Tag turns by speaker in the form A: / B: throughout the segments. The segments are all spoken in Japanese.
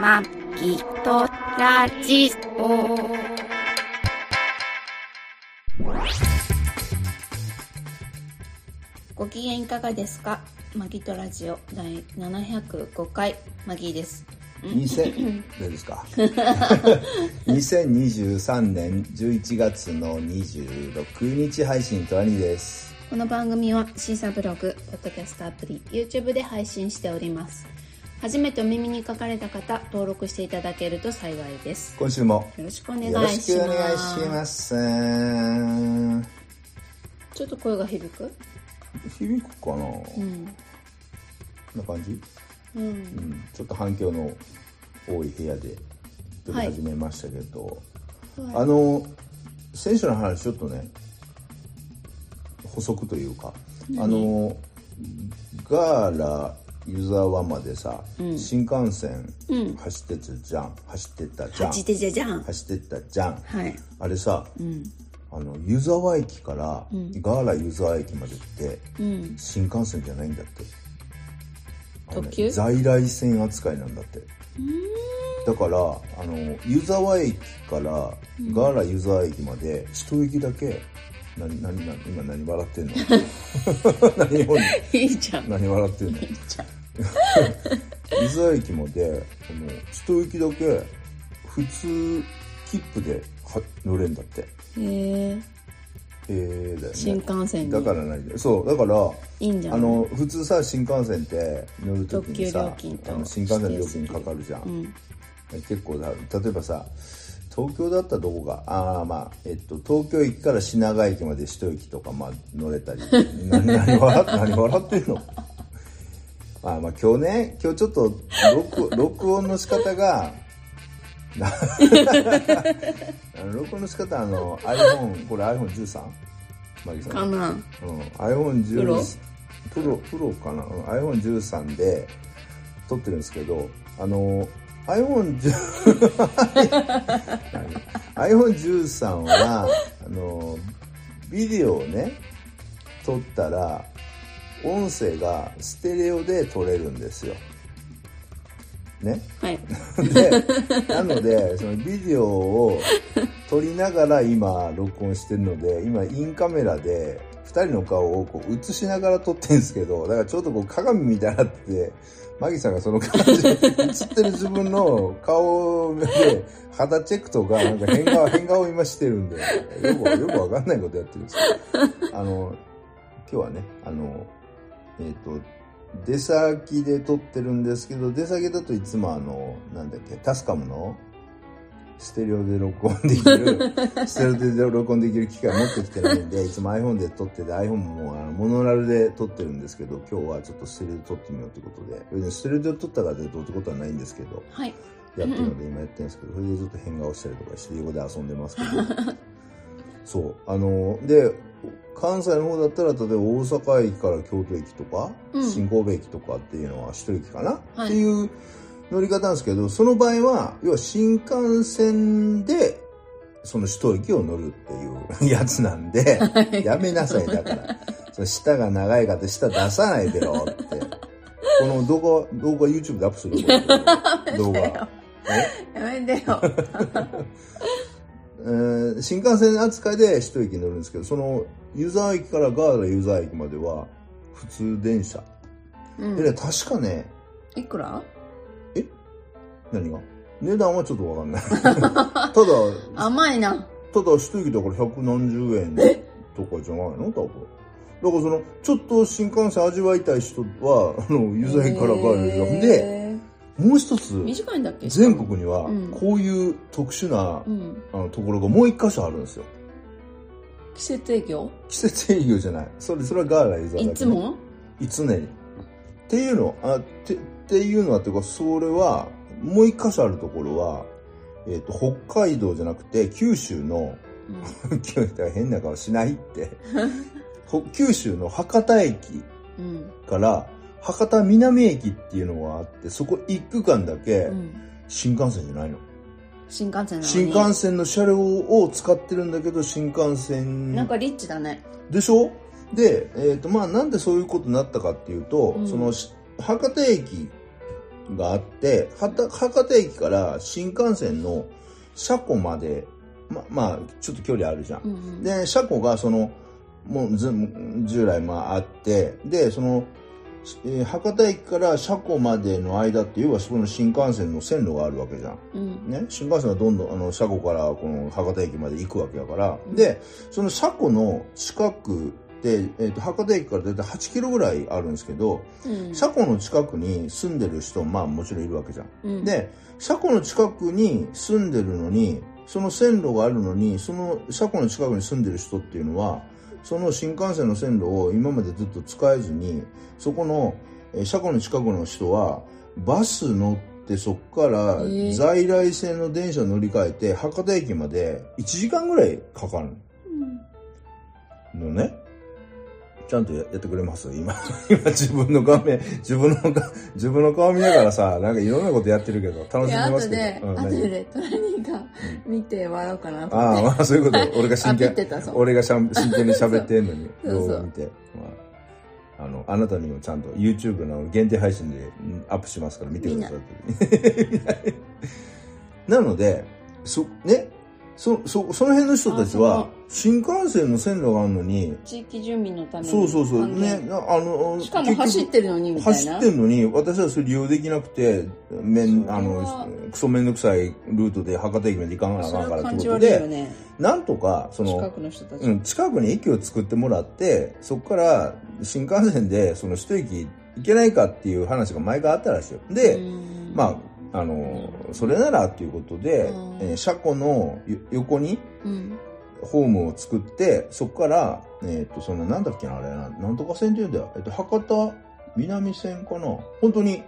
A: まきとラジオ。ご機嫌いかがですかマギとラジオ第705回マギです。
B: 2000どうですか2023年11月の26日配信トラニーです
A: この番組はシーサーブログ、ポッドキャストアプリ、YouTube で配信しております。初めてお耳に書かれた方、登録していただけると幸いです。
B: 今週も
A: よろしくお願いし
B: よ
A: ま
B: ろ
A: す。
B: しくお願いします
A: ちょっと声が響く
B: 響くかな、こ
A: うん。
B: んな感じ、
A: うん
B: うん、ちょっと反響の多い部屋で撮り始めましたけど、あの選手の話ちょっとね補足というかあのガーラ湯沢までさ、新幹線走ってたじゃん、走ってたじゃん
A: ちてじゃじゃん。
B: 走ってたじゃん、
A: はい。
B: あれさ、あの湯沢駅から、ガーラ湯沢駅までって、新幹線じゃないんだってあのね
A: 特急
B: 在来線扱いなんだってだからあの湯沢駅からガーラ湯沢駅まで一駅だけ何何何今何 笑ってんの何を
A: いいじゃん。
B: 何笑ってんの
A: いいじゃん。
B: 伊沢駅までこの一駅だけ普通切符では乗れんだって
A: へえ
B: ええだよね
A: 新幹線に
B: だから何そうだから
A: いいんじゃない
B: あの普通さ新幹線って乗る時にさ
A: 特急料金と
B: あの新幹線の料金かかるじゃん、結構だ例えばさ東京だったらどこかああまあえっと東京駅から品川駅まで一駅とかまあ乗れた り何何笑って何笑ってんのまあまあ今日ね今日ちょっと録録音の仕方が なあの録音の仕方あの iPhone これ iPhone13 マギさん
A: かな。
B: うん、iPhone13 プロプロかな、うん、iPhone13 で撮ってるんですけどあの iPhone13 iPhone13 はあのビデオをね撮ったら音声がステレオで撮れるんですよね
A: はい。
B: でなのでそのビデオを撮りながら今録音してるので今インカメラで2人の顔をこう映しながら撮ってるんですけどだからちょっとこう鏡みたいになっててマギさんがその感じで映ってる自分の顔で肌チェックとかなんか変顔変顔を今してるんでよくよくわかんないことやってるんですけどあの今日はねあのえっ、と出先で撮ってるんですけど出先だといつもあのなんだっけタスカムのステレオで録音できるステレオで録音できる機械持ってきてないんでいつも iPhone で撮ってて iPhone もあのモノラルで撮ってるんですけど今日はちょっとステレオで撮ってみようってことで別にステレオで撮ったからでどうってことはないんですけど
A: はい。
B: やってるので今やってるんですけどそれでちょっと変顔したりとかして横で遊んでますけ どそうあので関西の方だったら例えば大阪駅から京都駅とか、
A: うん
B: 新神戸駅とかっていうのは一駅かな、
A: はい
B: っていう乗り方なんですけどその場合は要は新幹線でその一駅を乗るっていう やつなんで、やめなさいだからその舌が長い方舌出さないでよってこの動画動画 YouTube でアップするよ 動画
A: やめてよ。
B: えー新幹線扱いで一駅乗るんですけどその湯沢駅からガーラ湯沢駅までは普通電車、
A: うん
B: でね確かね
A: いくら
B: 何が値段はちょっと分かんない ただただ
A: 甘いな。
B: 一駅だから百何十円とかじゃないの多分だからそのちょっと新幹線味わいたい人はあの湯沢駅からガーラ湯沢で
A: へ
B: もう一
A: ー
B: つ
A: 短いんだっけ
B: 全。国には
A: うん
B: こういう特殊な、
A: うん。
B: あのところがもう一箇所あるんですよ
A: 季節営業
B: 季節営業じゃないそれそれはガーラユーザーだけ
A: い
B: ど
A: つも
B: 常にっていうのあてっていうのはっていうかそれはもう一箇所あるところは、えっと北海道じゃなくて九州の
A: うん
B: 九州変な顔しないって ほ九州の博多駅
A: うん。
B: から博多南駅っていうのがあってそこ一区間だけ
A: うん
B: 新幹線じゃないの、
A: 新幹線なのに。
B: 新幹線の車両を使ってるんだけど新幹線
A: なんかリッチだね。
B: でしょで、えーとまあ、なんでそういうことになったかっていうと、
A: うん
B: そのし博多駅があって、はた博多駅から新幹線の車庫まで、ま、まあ、ちょっと距離あるじゃん
A: う。んうん
B: で、車庫がその、もうず従来まああって、で、その、えー博多駅から車庫までの間って、要はそこの新幹線の線路があるわけじゃん。
A: うん
B: ね、新幹線はどんどんあの車庫からこの博多駅まで行くわけだから、でその車庫の近くで、えー、と博多駅から大体8キロぐらいあるんですけど、
A: うん
B: 車庫の近くに住んでる人まあもちろんいるわけじゃん、
A: うん
B: で車庫の近くに住んでるのにその線路があるのにその車庫の近くに住んでる人っていうのはその新幹線の線路を今までずっと使えずにそこのえー車庫の近くの人はバス乗ってそこから
A: えー
B: 在来線の電車乗り換えて博多駅まで1時間ぐらいかかるのね。ちゃんとややってくれます今、 今自分の画面、自分のが、自分の顔見ながらさ、なんかいろんなことやってるけど、楽
A: い
B: しん
A: や
B: でま
A: 後
B: すけど。
A: で
B: うん
A: 後
B: 何
A: でトラニーが見て笑おうかなと
B: あ
A: 思っ
B: あ、
A: て
B: まあそういうこと。俺が真
A: あ
B: 剣
A: 見てたそう、
B: 俺がしゃん真剣に喋ってんのに、
A: そうそう
B: 動画見て。まああの、あなたにもちゃんと YouTube の限定配信でうんアップしますから見てくださいって。 なので、そ、ね、そ、そ、その辺の人たち
A: あ
B: は、新幹線の線路があるのに、
A: 地域住民のために
B: そうそうそう、
A: 還
B: ね、
A: 元
B: なあの、
A: しかも走ってるのにみたい
B: 走
A: な
B: ってんのに私はそれ利用できなくてめ
A: それ
B: ん
A: は
B: あのクソめんどくさいルートで博多駅まで行かなあ
A: そ
B: かん
A: れ
B: から
A: は感
B: ってこ
A: じ
B: と
A: 悪いよ
B: で、
A: ね
B: なんとかそ
A: 近
B: の
A: くの人たち、
B: うん、近くに駅を作ってもらってそこから新幹線でその一駅行けないかっていう話が前からあったらしいよで、
A: うん
B: まああのそれならっていうことで、
A: うん
B: えー車庫のよ横に
A: うん
B: ホームを作ってそこから、えー、とそのなんだっけなあれななんとか線っていうんだよ、えっと博多南線かな本当に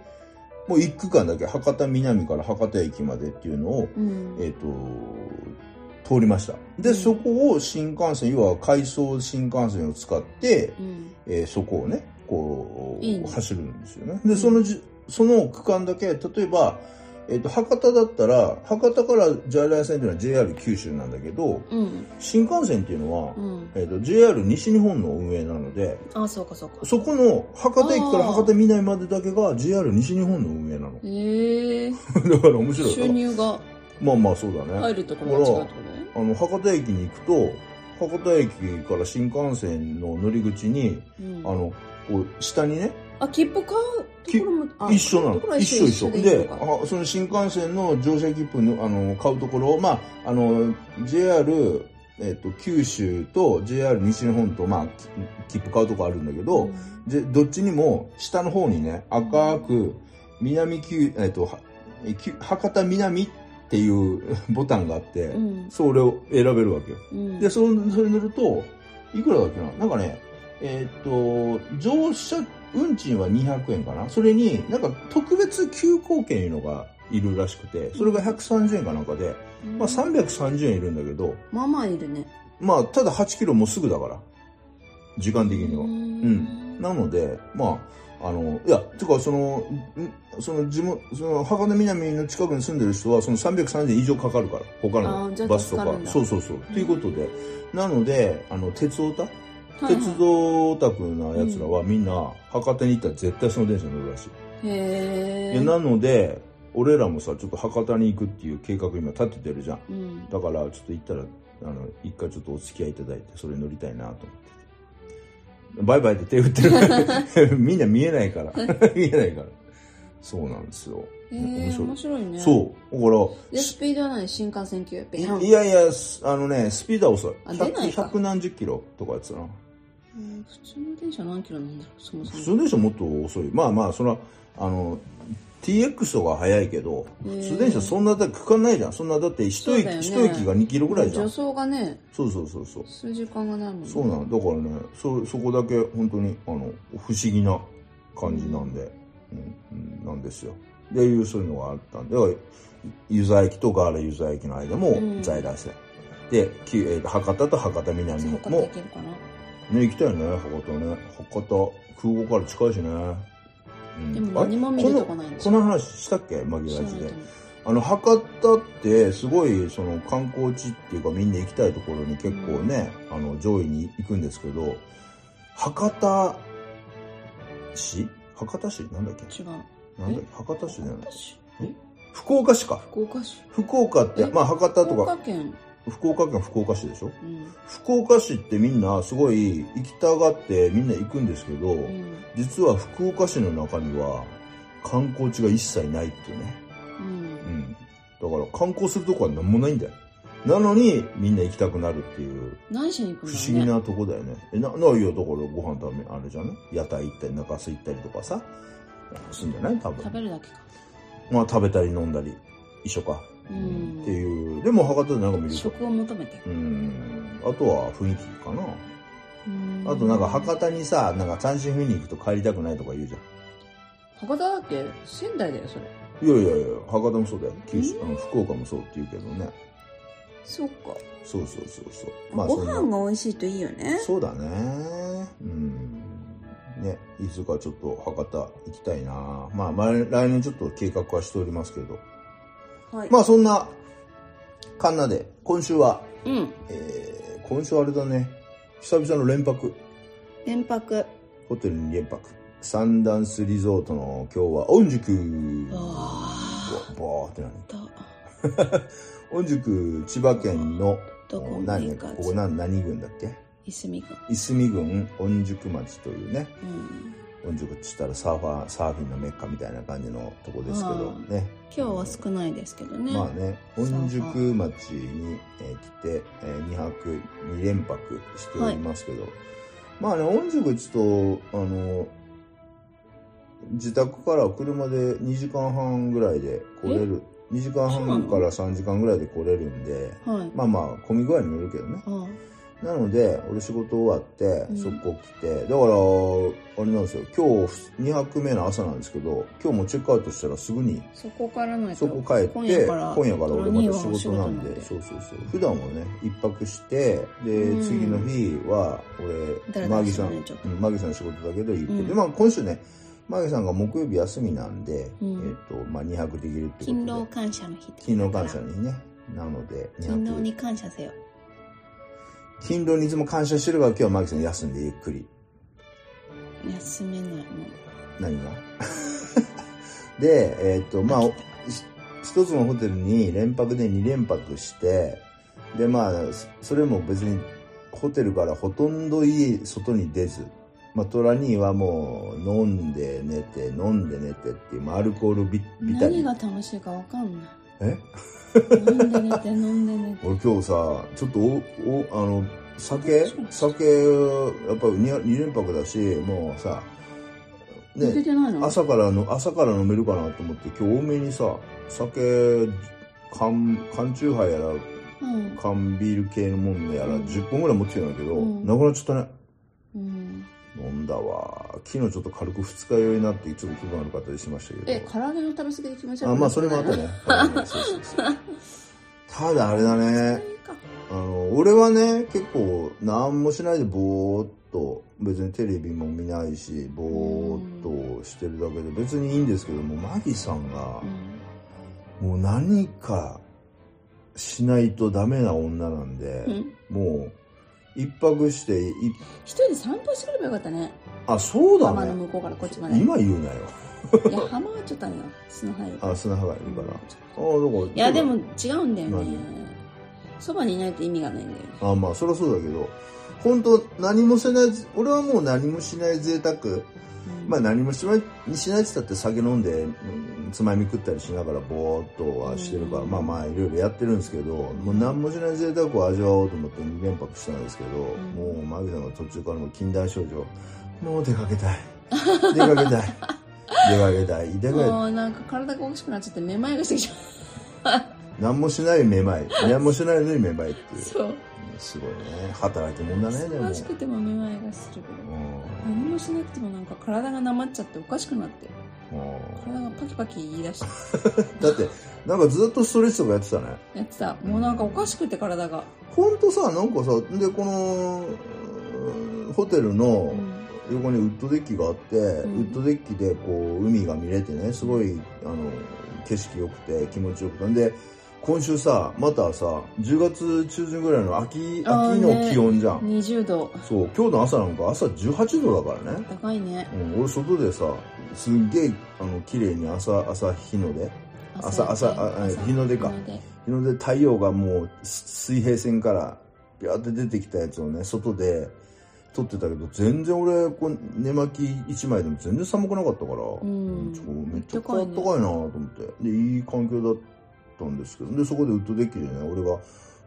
B: もう一区間だけ博多南から博多駅までっていうのを、
A: うん
B: えっと通りましたで、
A: うん
B: そこを新幹線要は回送新幹線を使って、
A: うん
B: えーそこをねこう
A: いいね
B: 走るんですよねでそのじその区間だけ例えば、えっと博多だったら博多から在来線っていうのは JR 九州なんだけど、
A: うん
B: 新幹線っていうのは、
A: うん
B: えー、と JR 西日本の運営なので
A: あそうかそうか
B: そこの博多駅から
A: あー
B: 博多南までだけが JR 西日本の運営なの
A: ええ
B: だから面白い
A: 収
B: から
A: 入が
B: まあまあそうだね、
A: 入るところが違うってことね
B: あの博多駅に行くと博多駅から新幹線の乗り口に
A: うん
B: あのこう下にね
A: あ切符買うところもあ
B: 一緒な
A: 買うところ
B: の
A: は
B: 一緒一緒で
A: いいのか
B: あその新幹線の乗車切符のあの買うところを、まあ、あの JR、えっと九州と JR 西日本と、まあ、き切符買うとこあるんだけど、
A: うん
B: でどっちにも下の方にね赤く南九、えっとはえき博多南っていう ボタンがあって、
A: うん
B: それを選べるわけよ
A: うん
B: でそのそれ乗るといくらだっけななんかねえーっと乗車運賃は200円かなそれになんか特別急行券いうのがいるらしくてそれが130円かなんかで、まあ、330円いるんだけど
A: まあまあいるね
B: まあただ8キロもすぐだから時間的には
A: う
B: うんなのでまああのいやてかそのんその地元その博多南の近くに住んでる人はその330円以上かかるから他
A: あーじゃ
B: の
A: あ
B: バスとか
A: 助かるんだ
B: そうそうそうということでなのであの鉄オタ
A: はいはい
B: 鉄道オタクなやつらはみんな博多に行ったら絶対その電車に乗るらしい、
A: へえ
B: でなので俺らもさちょっと博多に行くっていう計画今立ててるじゃん
A: うん
B: だからちょっと行ったらあの一回ちょっとお付き合いいただいてそれ乗りたいなと思ってバイバイって手振ってる みんな見えないから見えないからそうなんですよ、
A: へえ面白いね
B: そうだか
A: でスピードは何新幹線級ベロ
B: ら
A: ン
B: いやいやすあのねスピードは遅い
A: あ出ないか
B: 100何十キロとかやつだな
A: うん普通の電車何キロなんだろうそもそ
B: 普
A: も
B: 通電車もっと遅いまあまあそれはあの TX とか早いけど
A: へー
B: 普通電車そんなだって区間ないじゃんそんなだって一
A: そう
B: 駅,、
A: だよね
B: 一駅が2キロぐらいじゃ
A: 助
B: ん
A: 走がね
B: そうそうそうそう
A: 数時間がないもんね
B: そうなのだからねそそこだけ本当にあの不思議な感じなんで、うんうんなんですよでいうそういうのがあったんでだから湯沢駅とガーラ湯沢駅の間も
A: うん
B: 在来線、で、きえーと博多と博多南
A: そう
B: も
A: かできるかな
B: ね行きたいね博多ね博多空港から近いしね、うん、
A: でも何も
B: あれ
A: 見るとこないんで
B: こ
A: す
B: の
A: よ
B: この話したっけ紛らわし
A: 知らない
B: で
A: と思う
B: あの博多ってすごいその観光地っていうかみんな行きたいところに結構ね、あの上位に行くんですけど博多市博多市なんだっけ
A: 違う
B: なんだっけ博多市じゃない
A: え
B: 福岡市か
A: 福岡市
B: 福岡って
A: え
B: まあ博多
A: 福
B: と
A: 岡
B: か
A: 県、
B: 福岡県福岡市でしょ
A: うん
B: 福岡市ってみんなすごい行きたがってみんな行くんですけど、
A: うん
B: 実は福岡市の中には観光地が一切ないっていうね、
A: うん
B: うん、だから観光するとこは何もないんだよなのにみんな行きたくなるっていう
A: 何しに行く
B: 不
A: の、
B: 思議なとこだよねえなないよところご飯食べあれじゃない屋台行ったり中洲行ったりとかさするんじゃない多分
A: 食べるだけか
B: まあ食べたり飲んだり一緒か、
A: うん
B: っていうでも博多でなんか見ると
A: 食を求めて
B: うんあとは雰囲気かな
A: うん
B: あとなんか博多にさなんか単身赴任行くと帰りたくないとか言うじゃん
A: 博多だっけ仙台だよそれ
B: いやいやいや、博多もそうだよ。九州、あの福岡もそうって言うけどね。
A: そうか、
B: そうそうそうそう。
A: ご
B: そ
A: 飯
B: んな
A: が美味しいといいよね
B: そうだね。うん。ね、いつかちょっと博多行きたいな。まあ、まあ来年ちょっと計画はしておりますけど。
A: はい、
B: まあ、そんな、カンナで、今週は、
A: うん
B: えー、今週あれだね。久々の連泊。
A: 連泊
B: ホテルに連泊。サンダンスリゾートの今日は、御宿。
A: あ
B: うわバーって何
A: ど
B: 御宿、千葉県の、
A: どこまで
B: 何
A: 行
B: こ
A: か
B: こ
A: ず
B: 何何郡だっけ
A: いすみが
B: いすみ郡御宿町というね
A: うん
B: 御宿っつったらサーファーサーフィンのメッカみたいな感じのとこですけど
A: あ
B: ね
A: 今日は少ないですけどね、
B: まあね
A: サー
B: 御
A: ファー
B: 宿町に、えー来て、え2泊2連泊しておりますけど、まあね御宿ちょっとあの自宅から車で2時間半ぐらいで来れる2時間
A: そうな
B: 半
A: の
B: から3時間ぐらいで来れるんで
A: はい、
B: まあまあ混み具合によるけどね
A: ああ
B: なので、俺仕事終わって
A: う、ん
B: 速攻来て、だから、あれなんですよ、今日2泊目の朝なんですけど、今日もチェックアウトしたらすぐに、
A: そこからないと
B: そこ帰って、今
A: 今
B: 夜
A: 夜
B: か
A: から
B: ら俺
A: トラ
B: また仕事な
A: ニーはお仕事なん
B: んで、
A: で
B: そうそうそう。普段はね、一泊して、で、
A: うん
B: 次の日は、
A: だら
B: 俺、
A: だ
B: マ
A: ら
B: ギ
A: して
B: さん、
A: ねちょっと
B: うんマギさんの仕事だけど行って、
A: うん
B: で、まあ今週ね、マギさんが木曜日休みなんで、
A: うん
B: えっと、まあ2泊できるってことで。
A: 勤労感謝の日って
B: 勤労感謝にね。なので、二
A: 勤労
B: 泊
A: に感謝せよ
B: 勤労にいつも感謝してるから今日はマギさん休んでゆっくり。
A: 休めないもん
B: 何が でえっ、とまあおひ一つのホテルに連泊で2連泊してでまあそそれも別にホテルからほとんど家外に出ず、まあ、トラニーはもう飲んで寝て飲んで寝てっていう、まあ、アルコールビビタ
A: 何
B: リン
A: が楽しいかわかんない
B: え
A: 飲んで寝て飲んで 寝て
B: 俺今日さちょっとおおあの酒酒やっぱり 2, 二連泊だしもうさ
A: 抜けてないの
B: 朝からの朝から飲めるかなと思って今日多めにさ酒缶缶チューハイやら
A: うん、
B: 缶ビール系のものやら
A: うん
B: 10本ぐらい持ってきたんだけど、
A: うん
B: なくなっちゃったね
A: うん、
B: 飲んだわ昨日ちょっと軽く二日酔いになってちょっと気分悪かったりしましたけ
A: え
B: ど
A: 唐揚げの食べ過ぎで気持ち悪く
B: あ
A: な
B: まあそれもあった
A: い
B: ねそうそうそうただあれだね
A: いか
B: あの俺はね結構何もしないでぼーっと別にテレビも見ないしぼーっとしてるだけで別にいいんですけどもマギさんが
A: うん
B: もう何かしないとダメな女なんで、
A: うん
B: もう一泊してい
A: 一人で散歩すればよかったね
B: あそうだ
A: 浜の
B: ね
A: 向こうからこっちまで
B: 今言うなよ
A: いや浜はちょっとあれよ砂入る
B: あ砂浜いるから、
A: うん
B: ああだから
A: いやでも違うんだよね
B: 何
A: そばにいないと意味がないんだよ
B: あまあそりゃそうだけど本当何もせない俺はもう何もしない贅沢まあ
A: あ
B: 何もしないしないって言ったって酒飲んで、うんつまみ食ったりしながらぼーっとはしてるから、
A: うん
B: まあまあいろいろやってるんですけど、もう何もしない贅沢を味わおうと思って2連泊したんですけど、
A: ん
B: もうマギさんが途中からもう禁断症状もう出かけたい出かけ たい出かけたい出かけたい
A: もうなんか体が大きくなっちゃってめまいがしてきちゃ う
B: 何もしない めまい何もしないのにめまいっていう
A: そう
B: うんすごいね働き者だねでも
A: 忙しくてもめまいがするけど
B: う
A: 何もしなくてもなんか体がなまっちゃっておかしくなって
B: んうん
A: 体がパキパキ言い 出して
B: だってなんかずっとストレッチとかやってたね
A: やってたもうなんかおかしくて体が
B: ほんとさなんかさでこのうんホテルの
A: うん
B: 横にウッドデッキがあって、
A: ん
B: ウッドデッキでこう海が見れてねすごいあの景色良くて気持ちよくてんで今週さまたさ10月中旬ぐらいの秋秋
A: あー
B: の
A: ね
B: 気温じゃん、
A: 20度
B: そう今日の朝なんか朝18度だからね、
A: 高いね
B: うん、俺外でさすっげえあの綺麗に朝朝日の出朝朝ああ日の出か日の出太陽がもうす水平線からビャーって出てきたやつをね外で撮ってたけど全然俺こう寝巻き1枚でも全然寒くなかったから、
A: ん
B: ちょめっちゃあったかいなと思ってでいい環境だったんですけどでそこでウッドデッキでね俺が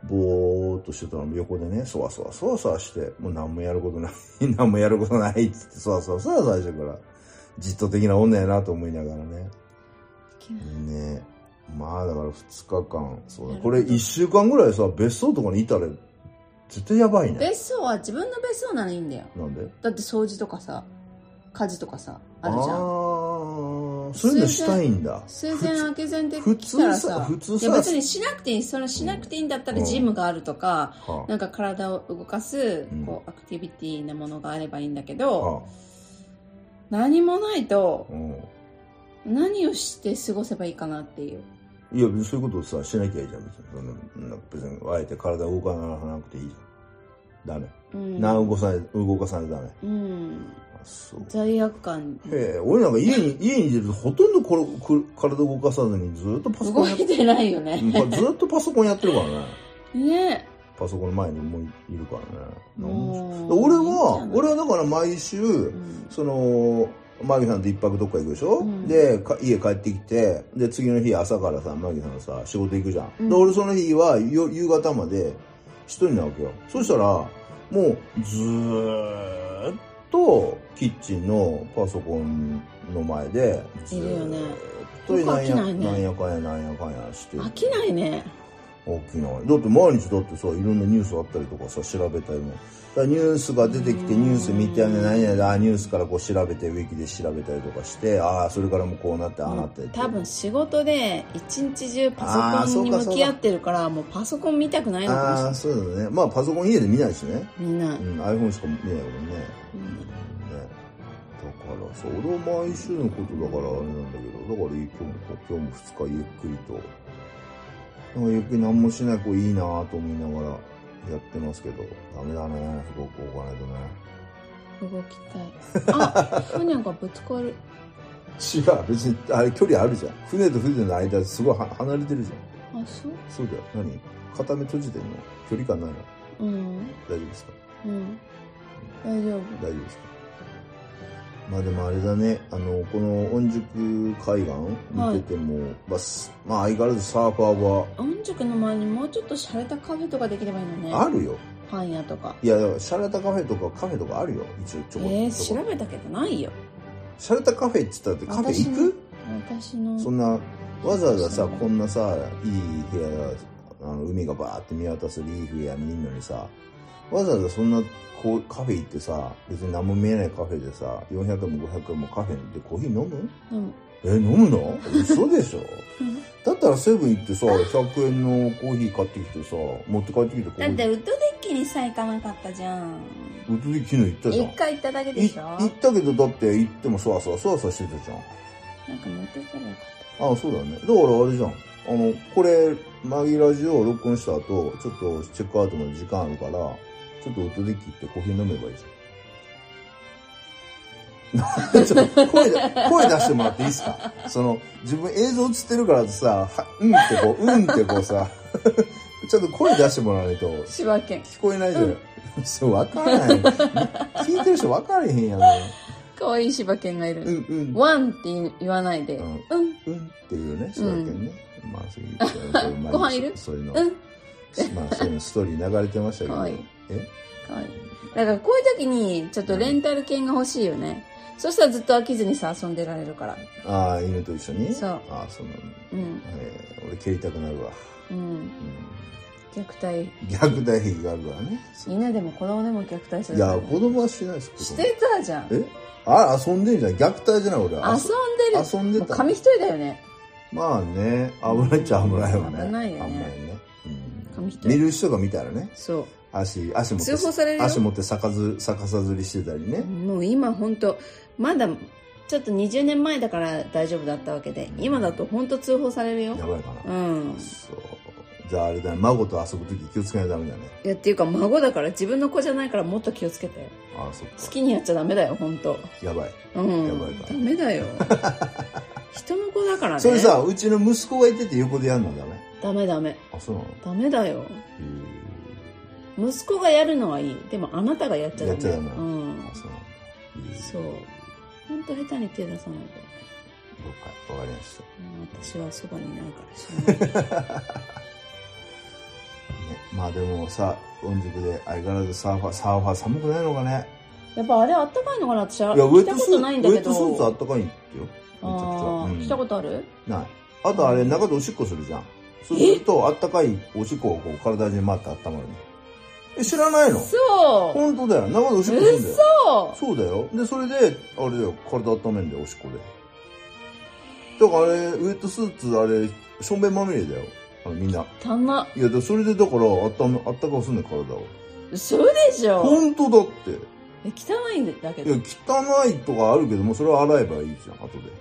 B: ぼーっとしてたの横でねそわそわそわそわしてもう何もやることない 何もやることないっつってそわそわそわそわしてからじっと的な女やなと思いながらねねまあだから2日間そうだこれ1週間ぐらいさ別荘とかにいたら絶対やばいね
A: 別荘は自分の別荘ならいいんだよ
B: なんで
A: だって掃除とかさ家事とかさあ
B: あ
A: るじゃん
B: ーそういうのしたいんだ
A: 水前空け前って
B: 普
A: 来たらさ
B: 普通さ普通さ
A: いや別にしなくていいそれしなくていいんだったら
B: うん
A: ジムがあるとか、
B: は
A: なんか体を動かす
B: うん
A: こうアクティビティなものがあればいいんだけ
B: あ
A: ど、
B: は
A: 何もないと
B: あうん
A: 何をして過ごせばいいかなっていう
B: いや、そういうことをさ、しなきゃいいじゃん、別に。そんななんか別に、あえて体動かなくていいじゃん。ダメ。
A: うん
B: な、動かさない、動かさないとダメ。
A: うん
B: あ、そう。
A: 罪悪感
B: へえ、俺なんか家に、家にいるとほとんどこれ、これ体動かさずにずっとパソコ
A: 動
B: ンやっ
A: いてないよね
B: うんずっとパソコンやってるからね。
A: ね
B: パソコンの前にもういるからね。なん
A: も
B: で
A: う
B: 俺
A: いい
B: は、
A: んじゃない
B: 俺はだから毎週
A: う、ん
B: その、マギさんと一泊どっか行くでしょ、
A: うん
B: でか家帰ってきて、で、次の日朝からさ、マギさんさ、仕事行くじゃん。
A: うん
B: で、俺その日はよ夕方まで一人なわけよ。そしたら、もうずーっとキッチンのパソコンの前で、ず
A: いるよね
B: ーっとなんや
A: よく飽きないね
B: なんやかんやなんやかんやして。
A: 飽きないね
B: 大きなだって毎日だってさいろんなニュースあったりとかさ調べたりもだからニュースが出てきて
A: うん
B: ニュース見てあね何々だあニュースからこう調べてウィキで調べたりとかしてああそれからもうこうなってああなってって
A: 多分仕事で一日中パソコンに
B: あーそうかそうか
A: 向き合ってるからもうパソコン見たくないの
B: あ
A: か
B: あそうだねまあパソコン家で見ないしね、
A: もしれないみんな、
B: うん、iPhone しか見ないもんね,、うん、ねだからそれは毎週のことだからあれなんだけどだから今日も今日も2日ゆっくりとなんかゆっくり何もしない子いいなぁと思いながらやってますけどダメだね動くお金とね
A: 動きたいあ船がぶつかる
B: 違う別にあれ距離あるじゃん船と船の間すごいは離れてるじゃ
A: あそうん
B: そうだよ何片目閉じてんの距離感ないの
A: うん
B: 大丈夫ですか
A: うん大丈夫
B: 大丈夫ですかまあでもあれだねあのこの御宿海岸見てても、まあすまあ相変わらずサーファーは
A: 音塾の前にもうちょっと洒落たカフェとかできればいいのね
B: あるよ
A: パン屋とか
B: いやだからシャレたカフェとかカフェとかあるよ一
A: え
B: 応ちょこ
A: ー、
B: ちょこ
A: 調べたけどないよ
B: シャレたカフェっつったってカフェ行く
A: 私の
B: そんなわざわざさこんなさいい部屋あの海がバーって見渡すリーフや見んのにさわざわざそんなこうカフェ行ってさ別に何も見えないカフェでさ400円も500円もカフェでコーヒー飲む
A: うん
B: え飲むの嘘でしょ
A: うん
B: だったらセブン行ってさ100円のコーヒー買ってきてさ持って帰ってきてコ
A: だ
B: ー
A: っ
B: ヒ
A: て
B: ー
A: ウッドデッキにさ行かなかったじゃん
B: うつで昨日行ったじゃん
A: 一回行っただけで
B: い
A: しょ
B: 行ったけどだって行ってもそわそわそわそわしてたじゃん
A: なんか持ってったらよかっ
B: ああそうだねだからあれじゃんあのこれマギラジオを録音した後ちょっとチェックアウトまで時間あるからちょっとウッドデッキ行ってコーヒー飲めばいいじゃん ちょっと声で声出してもらっていいですかその自分映像映ってるからさはうんってこううんってこうさ ちょっと声出してもらわないと
A: た千葉県
B: 聞こえないじゃん、 そうわからない聞いてる人わからへんやん
A: かわいい柴犬がいる、
B: うんうん
A: ワンって言わないで、
B: う
A: うんん、
B: うんっていうね、そうだけどね。まあ、そういう、まあ
A: ご飯いる
B: そういうの、
A: うん、
B: まあ、そういうのストーリー流れてましたけど。
A: かわいい
B: え
A: かわいい。だからこういう時に、ちょっとレンタル券が欲しいよね。そしたらずっと飽きずにさ、遊んでられるから。
B: ああ、犬と一緒に
A: そう
B: ああ、そうなの。
A: うん、
B: えー俺蹴りたくなるわ。
A: うん。
B: うん
A: 虐待。
B: 虐待癖があるからね。そう
A: 犬でも子供でも虐待す
B: い
A: るから
B: や
A: ね、、
B: 子供はしてないです、子供
A: してたじゃん。遊ん
B: えあ、遊んでんじゃん。虐待じゃない、俺。
A: でる。
B: 遊んで
A: もう
B: た。
A: 紙一重だよね。
B: まあね、危ないっちゃ危ないよね。
A: 危ないよね
B: 危ないね。うん
A: 紙一重
B: 見る人が見たらね、
A: そ
B: 足、足
A: う。
B: 持
A: 通
B: って
A: 報、されるよ
B: 足。持って逆ず逆さずりしてたりね。
A: もう今本当まだ、ちょっと20年前だから大丈夫だったわけで、今だと本当通報されるよ。
B: やばいかな。
A: うん。
B: そう。じゃああれだね孫と遊ぶ時気をつけないとダメだね
A: いやっていうか孫だから自分の子じゃないからもっと気をつけて
B: ああそっか
A: 好きにやっちゃダメだよ本当
B: やばい
A: うん
B: やばいか
A: ダメ だよ人の子だからね
B: それさうちの息子がいてて横でやるのダメ
A: ダメダメ
B: あそうなのへ
A: ダメだよ息子がやるのはいいでもあなたがやっちゃダメ
B: やっちゃダメ
A: うん
B: えあそうなんだへえ
A: そう本当下手に手出さないで
B: 了解わかりました
A: うん私はそばにいないからしょう がない
B: ねまあでもさ音塾で相変わらずサーファーサーファー寒くないのかね
A: やっぱあれあったかいのかな私はい
B: やウェ
A: 着
B: ッ
A: た
B: ト
A: こ
B: スー
A: と
B: ツ
A: ないんだけ
B: ウェットスーツあ
A: ど
B: ったかいんだよ
A: あー
B: め
A: 着
B: ち
A: た
B: ゃくちゃ、
A: ことある
B: うん、ないあとあれ中でおしっこするじゃんそうするとあったかいおしっこがこう体中に回って温まるのえ知らないの
A: そう
B: 本当だよ中でおしっこするんだよ
A: そう
B: そうだよでそれであれだよ体温めんだよおしっこでだからあれウェットスーツあれしょんべんまみれだよあのみんな
A: たま
B: いやでそれでだからあっためあったかくすんねん体を
A: そうでしょ
B: 本当だって
A: え汚いんだけ
B: いや
A: ど
B: 汚いとかあるけどもそれは洗えばいいじゃん後でだ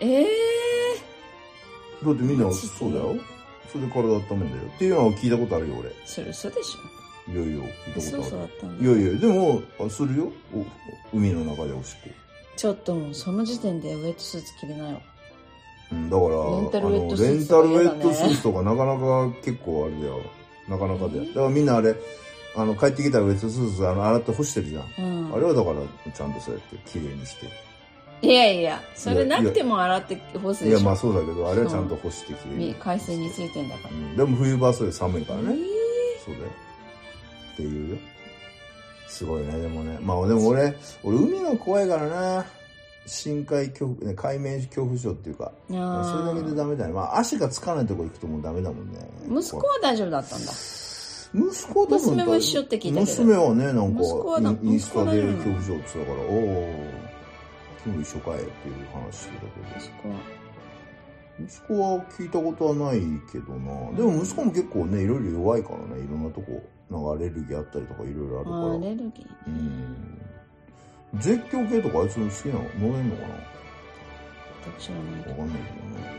A: ええ
B: ってみんな
A: マジで
B: そうだよそれで体温めんだよっていうのは聞いたことあるよ俺
A: それ嘘でしょ
B: いやいや聞いた
A: 嘘
B: こと
A: 嘘
B: あ
A: だ
B: る
A: ったん
B: い
A: だ
B: やいやでもあするよお海の中でおしっこ
A: ちょっともうその時点でウェットスーツ着れないわ
B: うんだから
A: レンタルウェット
B: あ
A: スーツ
B: のレンタルウェッ
A: と
B: ト
A: か
B: ス
A: 嫌だね
B: ーツとかなかなか結構あれだよなかなかで
A: え
B: だからみんなあれあの帰ってきたらウェットスーツあの洗って干してるじゃん、
A: うん
B: あれはだからちゃんとそうやって綺麗にして
A: いやいやそれなくても洗って干す
B: い
A: で
B: や
A: し
B: まあ
A: ょ
B: そうだけどあれはちゃんと干して綺麗に
A: 海水についてんだか
B: うんでも冬場はそれ寒いから
A: ら
B: ね、そうだよっていうよすごいねでもねまあでも俺俺海が怖いからな深海恐怖ね海面恐怖症っていうか
A: えー
B: それだけでダメだねまあ足がつかないとこ行くともうダメだもんね
A: 息子
B: 怖い
A: は大丈夫だったんだ
B: 息子は多分
A: 娘も一緒って聞いたけど
B: 娘はねなんか
A: 息子はな
B: インインス
A: 息子は
B: タで
A: 大丈夫なの
B: 恐怖症って言ってたからおお君も一緒かいっていう話してたけど
A: 息子は
B: 息子は聞いたことはないけどなでも息子も結構ねいろいろ弱いからねいろんなとこなんかアレルギーあったりとかいろいろ
A: あ
B: あるから
A: ーアレルギ
B: うん絶叫系とかあいつ好きなの乗れんのかな
A: ー私知らないけ
B: わ
A: ど
B: かんないけどねそうだね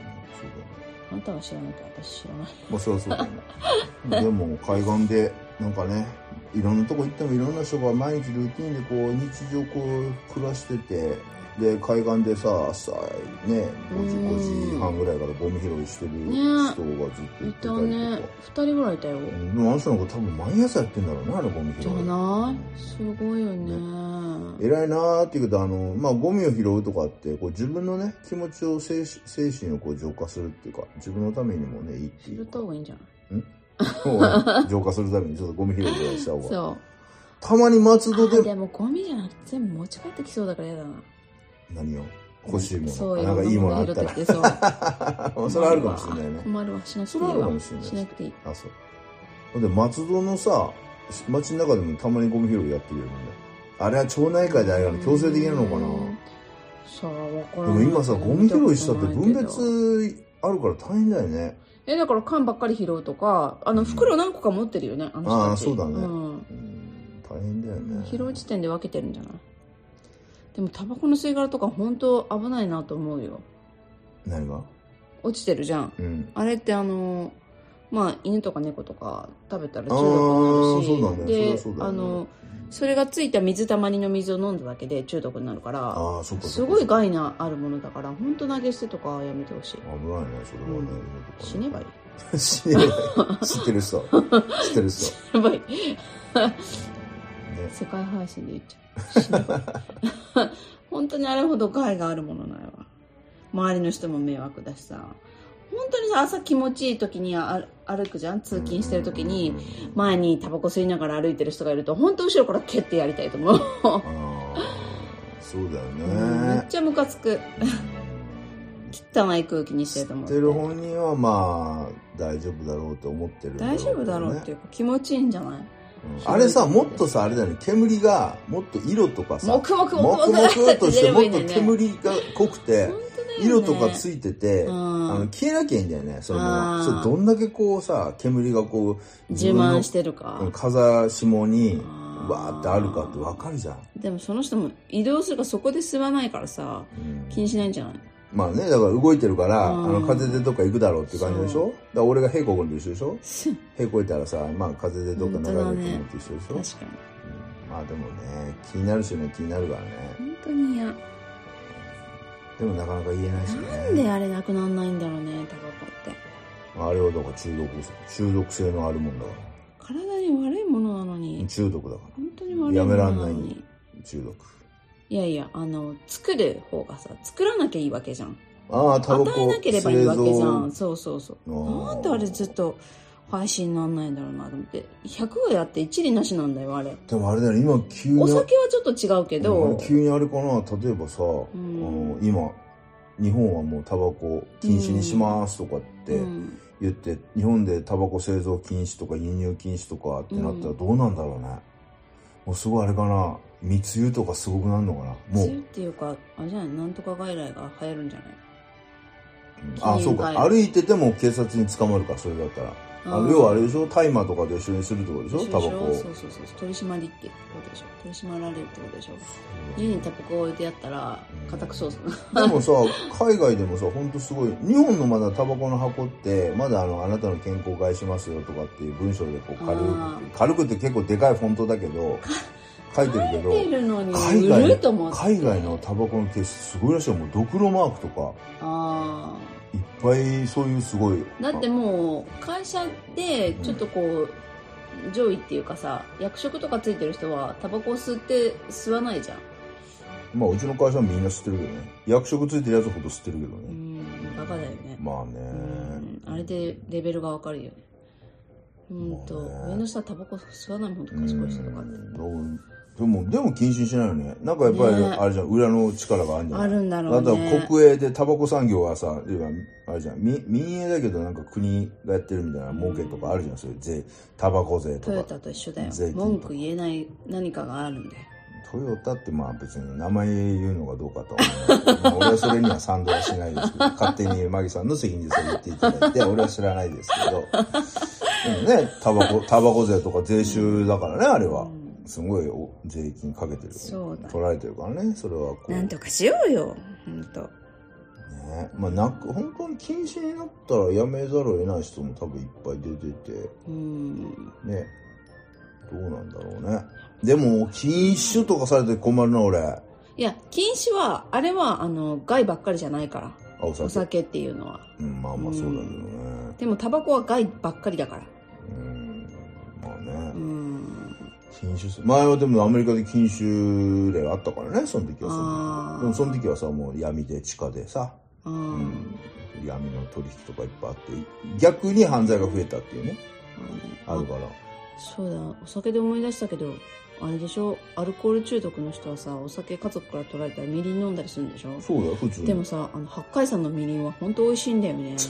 A: あなたは知らないけど私知らない
B: まあそりゃそうだよねでも海岸でなんかねいろんなとこ行ってもいろんな人が毎日ルーティンでこう日常こう暮らしててで海岸でさ朝ね5時
A: うん
B: 5時半ぐらいからゴミ拾いしてる人
A: ね
B: がずっと行
A: い
B: っ
A: た
B: てたり
A: ね
B: とか。
A: 2人ぐらいいたよ
B: うんでもあの人なんか多分毎朝やってんだろうねあれゴミ拾い
A: じゃないすごいよね
B: 偉いなーっていうけどあの、まあ、ゴミを拾うとかってこう自分のね気持ちを精神精神をこう浄化するっていうか自分のためにもねいいって
A: 知
B: いう
A: る
B: か
A: と方がいいんじゃない
B: を浄化するためにちょっとゴミ拾いぐらいした方が
A: そう
B: たまに松
A: あ
B: 戸
A: ー
B: で
A: でもゴミじゃなくて全部持ち帰ってきそうだから嫌だな
B: 何を欲しいも
A: そ
B: の
A: う
B: なんかいいものあ
A: ろんな
B: った
A: もの拾
B: ら
A: ってきてそう
B: それはあるかもしれないね
A: 困るわしなくて
B: そ
A: いい
B: れはあるか
A: わ
B: もしれない
A: しなくていい
B: あそうほんで松戸のさ街の中でもたまにゴミ拾いやってるよねあれは町内会であれから強制的なのか
A: うん
B: な
A: さあわから
B: で
A: ない
B: も今さゴミ拾いしたって分
A: 見たことないけど
B: 別あるから大変だよね
A: えだから缶ばっかり拾うとかあの袋何個か持ってるよねあの人たち
B: あーそうだね
A: ん
B: うん大変だよね
A: 拾う時点で分けてるんじゃないでもタバコの吸い殻とか本当危ないなと思うよ
B: 何が
A: 落ちてるじゃん
B: うん
A: あれってあのまあ犬とか猫とか食べたら中
B: ああ
A: 毒
B: ー
A: に
B: そう
A: な
B: だ
A: るし
B: ね
A: で
B: それはそうだ
A: あ
B: よね
A: のそれがついた水たまりの水を飲んだだけで中毒になるから
B: ああそっか
A: す
B: そっか
A: ごい害のあるものだから本当投げ捨てとかはやめてほしい
B: 危ないねそれはね、
A: うん死ねばいい
B: 知ってる知ってる人知ってる人
A: やばい
B: ね
A: 世界配信で言っちゃう死ね ばいい本当にあれほど害があるものなのよ周りの人も迷惑だしさ本当に朝気持ちいい時にあ歩くじゃん通勤してる時に前にタバコ吸いながら歩いてる人がいると本当後ろから蹴ってやりたいと思う、
B: あーそうだよ
A: めっ
B: ね
A: ちゃムカつく 汚い空気にして
B: 知
A: ると思
B: っ
A: う
B: てる本人はまあ大丈夫だろうと思ってるん
A: 大丈夫だろう
B: ね
A: っていうか気持ちいいんじゃない
B: うんあれさもっとさあれだよね煙がもっと色とかさ
A: もくもくも
B: も
A: く
B: く
A: も
B: もく
A: く
B: っ としてもっと煙が濃くて
A: 本当だよね
B: 色とかついてて、
A: うん
B: あの消えなきゃいいんだよねそのま
A: あー
B: まそれどんだけこうさ煙がこう
A: 自慢してるか、
B: うん風下に
A: あー
B: わーってあるかってわかるじゃん、
A: でもその人も移動するからそこで吸わないからさ
B: うん
A: 気にしないんじゃない
B: まあね、だから動いてるから、
A: うん
B: あの風でどっか行くだろうっていう感じでし
A: そう
B: ょだから俺が平行んで一緒でしょ平行いたらさ、まあ風でどっか流れると思
A: 本当だね
B: って一緒でしょ、
A: 確かに
B: うんまあでもね、気になるしね、気になるからね。
A: 本当に嫌
B: でもなかなか言えないしね。
A: なんであれなくなんないんだろうねタバコって
B: あれはだから中毒、中毒性のあるもんだか
A: 体に悪いものなのに
B: ら。中毒だか
A: 本当に悪い
B: や
A: も
B: め
A: の
B: ら
A: なん
B: ない
A: のに
B: ら。中毒。
A: いやいやあの作る方がさ作らなきゃいいわけじゃん
B: ああ、タバ
A: 与
B: コ
A: えなければいいわけじゃん
B: 製
A: そうそうそう
B: 造ああ
A: なんであれずっと配信なんないんだろうなと思って100はやって一理なしなんだよあれ
B: でもあれだよね、今急に。
A: お酒はちょっと違うけ
B: う
A: ど
B: んあれ急にあれかな、例えばさ、
A: ん
B: あの今、日本はもうタバコ禁止にしますとかって
A: うん
B: 言って、日本でタバコ製造禁止とか輸入禁止とかってなったら
A: うん
B: どうなんだろうね。もうすごいあれかな、密輸とかすごくなるのかな。もう、
A: 強いっていうかあれじゃないなんとか外来が流行るんじゃない
B: あ
A: 禁煙
B: そうか
A: 会
B: 歩いてても警察に捕まるかそれだったらあ
A: ー
B: 要はあれでしょ大麻とかと一緒にするってことでしょ
A: そう
B: タバコを
A: そうそうそう取り締まりってことでしょ取り締まられるってことでしょ家にタバコ置いてやったら家宅捜査
B: でもさ海外でもさほんとすごい日本のまだタバコの箱ってまだあのあなたの健康を害しますよとかっていう文章でこう軽
A: あ
B: く軽くって結構でかいフォントだけど書いてるけ
A: 出て
B: ど
A: るのに
B: 海
A: 売ると
B: 外
A: 思
B: の
A: って
B: 海外のタバコのケースすごいらしいよもうドクロマークとか
A: あ
B: いっぱいそういうすごい
A: あだってもう会社でちょっとこう、上位っていうかさ役職とかついてる人はタバコを吸って吸わないじゃん
B: まあうちの会社はみんな知ってるけどね役職ついてるやつほど知ってるけどね、
A: うんバカだよね、
B: まあね
A: うんあれでレベルがわかるよねうんと、
B: まあね
A: 上の人はタバコ吸わないもんと賢い人とかって
B: うんでもでも禁止にしないよねなんかやっぱり
A: ね
B: あれじゃん、裏の力があるんじゃな
A: あ
B: い
A: るんだろ
B: あ
A: う
B: と
A: ね
B: は国営でタバコ産業がさ要はあれじゃんみ民営だけどなんか国がやってるみたいな儲けとかあるじゃんそういう税タバコ税と
A: ト
B: か
A: ヨタと一緒だよ
B: 税金とか
A: 文句言えない何かがあるんだよ
B: トヨタってまあ別に名前言うのがどうかとは思うまあ俺はそれには賛同はしないです けど勝手にマギさんの責任でそれ言っていただいて俺は知らないですけどでもねタバコタバコ税とか税収だからねあれは
A: うん
B: すごいお税金かけてる
A: そうだ
B: 取られてるからねそれはこう
A: なんとかしようよ本当
B: ねまあなく本当に禁止になったらやめざるを得ない人も多分いっぱい出てて
A: うん
B: ねどうなんだろうねでも禁酒とかされて困るな俺あ
A: いや禁止はあれはあの害ばっかりじゃないから
B: お酒
A: お酒っていうのは
B: うん、まあまあそうだけどね
A: でもタバコは害ばっかりだから
B: うんまあ
A: う
B: ね
A: ん
B: 禁酒す前はでもアメリカで禁酒令あったからねその時は
A: あー
B: その時でもその時はさもう闇で地下でさ
A: う
B: うんん闇の取引とかいっぱいあって逆に犯罪が増えたっていうねあるから
A: そうだお酒で思い出したけどあれでしょアルコール中毒の人はさお酒家族から取られたらみりん飲んだりするんでしょ
B: そうだよ普通に
A: でもさあの八海山のみりんは本当美味しいんだよ ねち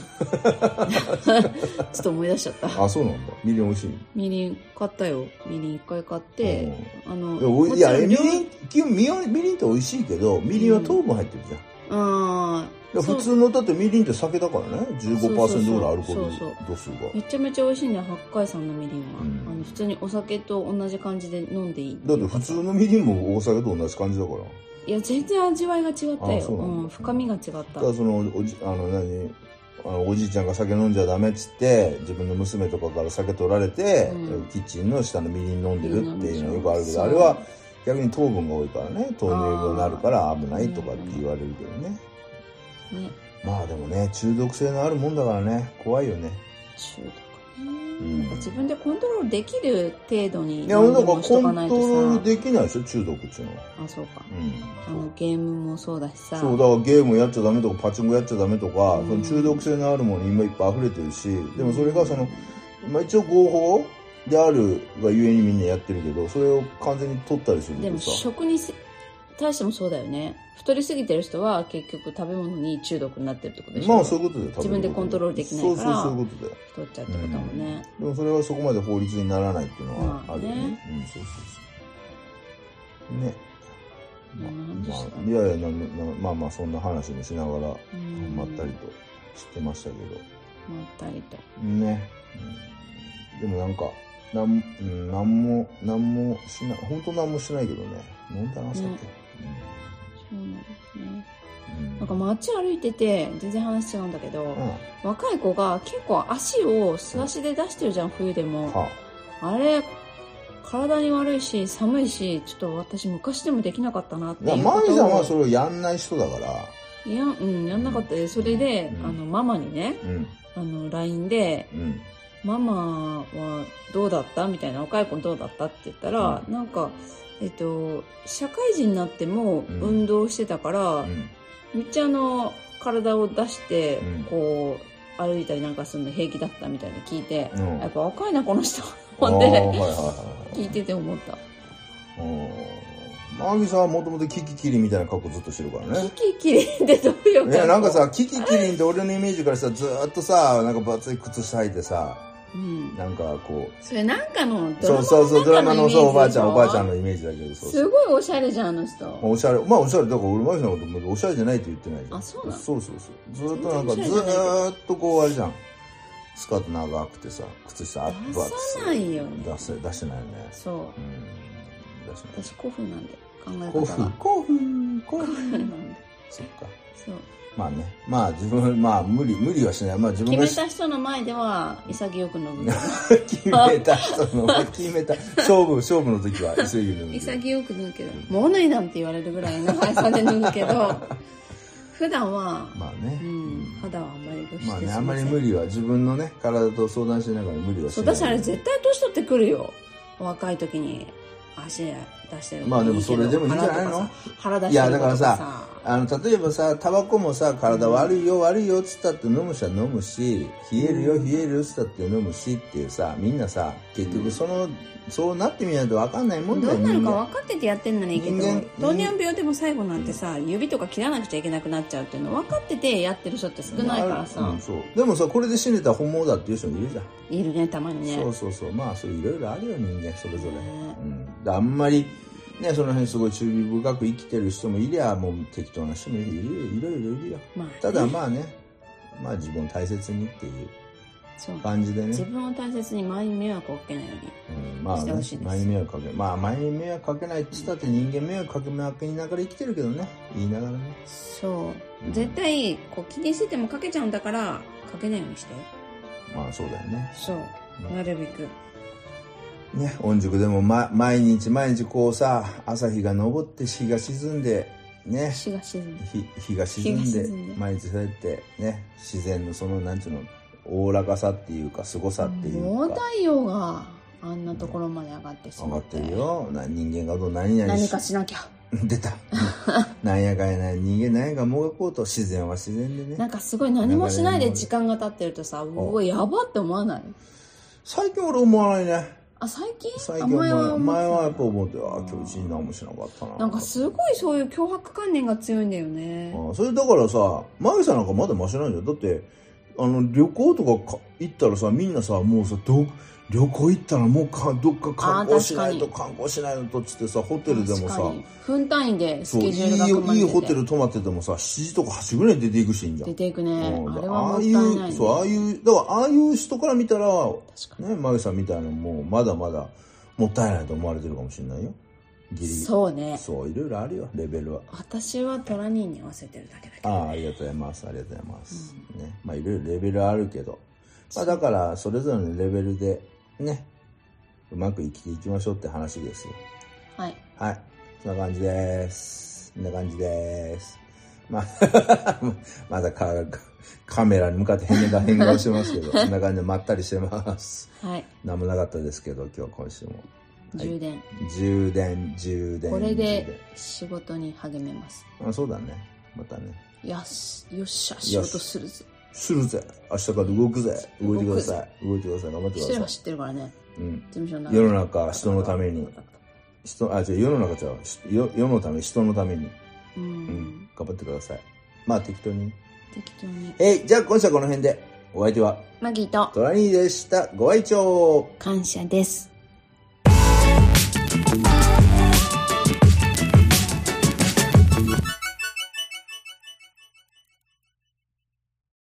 A: ょっと思い出しちゃった
B: あそうなんだみりん美味しい
A: みりん買ったよみりん一回買って、あの
B: うんおいいやえみ
A: 料理
B: りん基本みりんみりんって美味しいけどみりんは糖分入ってるじゃん
A: あ
B: いや
A: そう
B: 普通のだってみりんって酒だからね
A: そうそうそ
B: 15%
A: う
B: ぐらいアルコー
A: そうそう
B: ル度数が
A: ーめちゃめちゃ美味しいんだよ八海山のみりんは、
B: うん
A: あの普通にお酒と同じ感じで飲んでいい
B: だって普通のみりんもお酒と同じ感じだから
A: いや全然味わいが違ったよ
B: あそう
A: う
B: なんだ
A: ん、深みが違った
B: だからそのおじあの何あのおじいちゃんが酒飲んじゃダメっつって自分の娘とかから酒取られて、
A: うん
B: キッチンの下のみりん飲んでるっていうのよくあるけ
A: そう
B: どあれは逆に糖分が多いからね糖尿病になるから危ないとかって言われるけどね
A: ね
B: まあでもね中毒性のあるもんだからね怖いよね
A: 中毒
B: う
A: ね
B: ん
A: なんか自分でコントロールできる程度に
B: いや
A: 飲
B: なんん
A: で
B: かコ
A: も
B: ン
A: し
B: ト
A: と
B: ロ
A: かないと
B: ール
A: さ
B: できないでしょ中毒っていうのは
A: あそうかあ
B: う
A: の
B: ん
A: ゲームもそうだしさ
B: そうだからゲームやっちゃダメとかパチンコやっちゃダメとか、
A: うん
B: その中毒性のあるものに今いっぱい溢れてるしでもそれがその、まあ、一応合法であるがゆえにみんなやってるけどそれを完全に取ったりする
A: で
B: と
A: も
B: さ
A: 食にせ対してもそうだよね太りすぎてる人は結局食べ物に中毒になってるってことでしょ、
B: まあそういうことで
A: 自分でコントロールできないから
B: そうそうそういうことだよ
A: 太っちゃうってことだもんね、
B: でもそれはそこまで法律にならないっていうのは
A: まあ
B: あるよね,、
A: ね
B: うんそうそうそうねまあ、
A: なんで
B: ま
A: した
B: あ、いやいやななまあまあそんな話もしながら
A: うん
B: まったりとしてましたけど、
A: まったりと
B: ね、うん、でもなんかなん、うん、なんもなんもしない本当なんもしないけどね飲んだな酒、
A: ねそうなんですね
B: うんうん
A: なんか街歩いてて全然話違うんだけど、
B: うん。は
A: 若い子が結構足を素足で出してるじゃん冬でも、
B: あ。
A: あれ体に悪いし寒いしちょっと私昔でもできなかったなって
B: だから
A: いう
B: マ
A: こ
B: ミ
A: と
B: さんは
A: を
B: それをやんない人だから。
A: いや,、うん、やんなかったですそれで、
B: うん
A: あのママにね
B: うん。
A: あの LINE で
B: うん。
A: 「ママはどうだった?」みたいな「若い子どうだった?」って言ったら、なんか、えっと、社会人になっても
B: うん
A: 運動してたから、
B: うん。
A: めっちゃあの体を出して、
B: うん
A: こう歩いたりなんかするの平気だったみたいに聞いて、
B: うん
A: やっぱ若いなこの人
B: ああ
A: 思っ
B: はいはい
A: て
B: はいはい。
A: 聞いてて思った
B: うんマミさんはもともとキキキリンみたいな格好ずっとしてるからね。
A: キキキリンってどういう
B: い
A: こと
B: や、なんか、さ、キキキリンって俺のイメージからさ、ずーっとさ、なんかバツい靴下履いてさ、
A: うん、
B: なんかこう、
A: それなんかのドラ
B: そ
A: マ
B: うそうそう、ドラマ
A: の
B: の、
A: 中
B: そう、
A: の
B: おばあちゃん、おばあちゃん
A: イメージでしょ
B: のイメージだけど、そうそう
A: すごいおしゃれじゃんあの人
B: おしゃれ、まあおしゃれ、だから俺マジなこと、おしゃれじゃないって言ってないじゃん。
A: あそうなの
B: そうそうそう。ずーっとなんか、
A: 全
B: ず
A: 然おしゃれじゃない
B: ーっとこう、あれじゃん。スカート長くてさ、靴下アップアップ
A: 出さないよ
B: 出せ、出してないよね。
A: そう
B: うん、出してない。
A: 私古風なんで考え
B: 興
A: 方
B: 奮
A: が、
B: 興奮、興
A: 古風な
B: 奮。
A: んで
B: そっか。
A: そう
B: まあね、まあ自分、まあ無理、無理はしない。まあ自分
A: 決
B: が
A: め
B: した
A: 人の前では潔く脱ぐ
B: 決めた、その、決めた。勝負、勝負の時は急ぎ脱ぐ。
A: 潔く脱ぐけど物脱いなんて言われるぐらいの速さで脱ぐけど 普段は、
B: まあね。
A: う
B: うん
A: ん、肌はあんまり露出
B: まあね、
A: し
B: あんまり
A: せ
B: 無理は、自分のね、体と相談しながら無理はし
A: そ
B: な
A: う
B: い。
A: だしあれ絶対年取ってくるよ若い時に足出してる
B: まあでもそれでもいいんじゃないの
A: 腹とかさ腹出してる子とか
B: いやだからあの、例えばさ、タバコもさ、体悪いよ、悪いよっつったって飲むしは飲むし、冷えるよ、
A: うん
B: 冷えるよっつったって飲むしっていうさ、みんなさ、結局その、そうなってみないとわかんないもんだ
A: ど
B: よ
A: うなるか
B: みん
A: 分かっててやってんならいいけど
B: 人間
A: 糖尿病でも最後なんてさ指とか切らなくちゃいけなくなっちゃうっていうの分かっててやってる人って少ないからさ、
B: うんそうでもさこれで死ねた本物だっていう人もいるじゃん、
A: いるねたまにね
B: そうそうそうまあそういろいろあるよ人間それぞれ、
A: ね
B: うん、であんまりねその辺すごい注意深く生きてる人もいりゃもう適当な人もいるいろいろいるよ
A: まあ、
B: ただまあねまあ自分を大切にっていう
A: そう
B: 感じで
A: 自
B: ね、
A: 分を大切に周りに迷惑をかけないように
B: うん、まあ
A: して
B: ね
A: ほしいです
B: 前に迷惑かけまあ前に迷惑かけないっつったって人間迷惑かけまくりながら生きてるけどね言いながらね
A: そう絶対こう気にしててもかけちゃうんだからかけないようにして
B: まあそうだよね
A: そうなるべく
B: ね、御宿でも、ま、毎日毎日こうさ、朝日が昇って日が沈んで、ね、
A: 死が沈む
B: 日日が沈んで
A: 日が沈んで
B: 毎日そうやってね、自然のその、なんちゅうの、おおらかさっていうか、凄さってい
A: もう
B: う
A: 太
B: か、
A: 陽があんなところまで上がってし
B: 上
A: ま
B: が
A: っ
B: っててるよ。な人間がどう何々
A: 何かしなきゃ
B: 出た。なんやかんやない人間なんやかんもがこうと、自然は自然で
A: なん
B: ね。
A: かすごい何もしないで時間が経ってるとさうわやばって思わない
B: 最近俺思わないね。
A: あ最近
B: 最
A: あ
B: 近
A: 前
B: は
A: は
B: 前前はや
A: 思
B: っぱ思って、ああ、今日一日何もしなかったな。
A: なんかすごいそういう脅迫観念が強いんだよね
B: ああそれだからさ、マギさんなんかまだマシなんじゃん。だって、あの、旅行とかか行ったらさ、みんなさ、もうさ、ど、旅行行ったらもうか、どっか観光しない
A: あ
B: と、
A: あ確
B: 観光しないとっつってさ、ホテルで
A: 確
B: も
A: か
B: さ
A: に、分単位でス
B: そう、い
A: ケ
B: い
A: ジュールが組まれ
B: よ、い
A: て
B: い
A: て
B: ホテル泊まっててもさ、7時とか8時ぐらいに出ていくシーンじゃん
A: 出。ていくね
B: うん
A: あれはも
B: ああ
A: った
B: い
A: いな
B: う、
A: い
B: そう、ああ
A: ね
B: いう、だからああいう人から見たら、
A: 確か
B: ね、マギさんみたいなもう、まだまだ、もったいないと思われてるかもしれないよ。ギリ
A: に
B: ギリ。
A: そうね
B: そう、いろいろあるよ、レベルは。
A: 私はトラニーに合わせてるだけだけど
B: ああ、ありがとうございます。ありがとうございます。ね。まあ、いろいろレベルあるけど。まあ、だから、それぞれのレベルで、ね、うまく生きていきましょうって話ですよ。
A: はい
B: はい。そんな感じです。そんな感じです。まあ、 まだかカメラに向かって変顔、変顔してま すけど、そんな感じでまったりしてます。
A: はい
B: なんもなかったですけど、今日今週も。はい
A: 充電
B: 充電、充電。
A: これ
B: 充電
A: で仕事に励めます
B: あそうだね。またね。
A: よしよっしゃ仕事するぞ
B: するぜ明日から動くぜ動いてください動いてください頑張って
A: 知っ
B: く
A: てる
B: だ
A: は
B: さ
A: 知ってるからね
B: い、うん、
A: 事務所の
B: 世の
A: 中
B: 中人のために人あ違う世の中じゃ世世のため人のために、
A: うん、
B: うん、頑張ってくださいまあ適当に
A: 適当に
B: えいじゃあ今週はこの辺でお相手は
A: マギーと
B: トラニーでしたご愛聴
A: 感謝です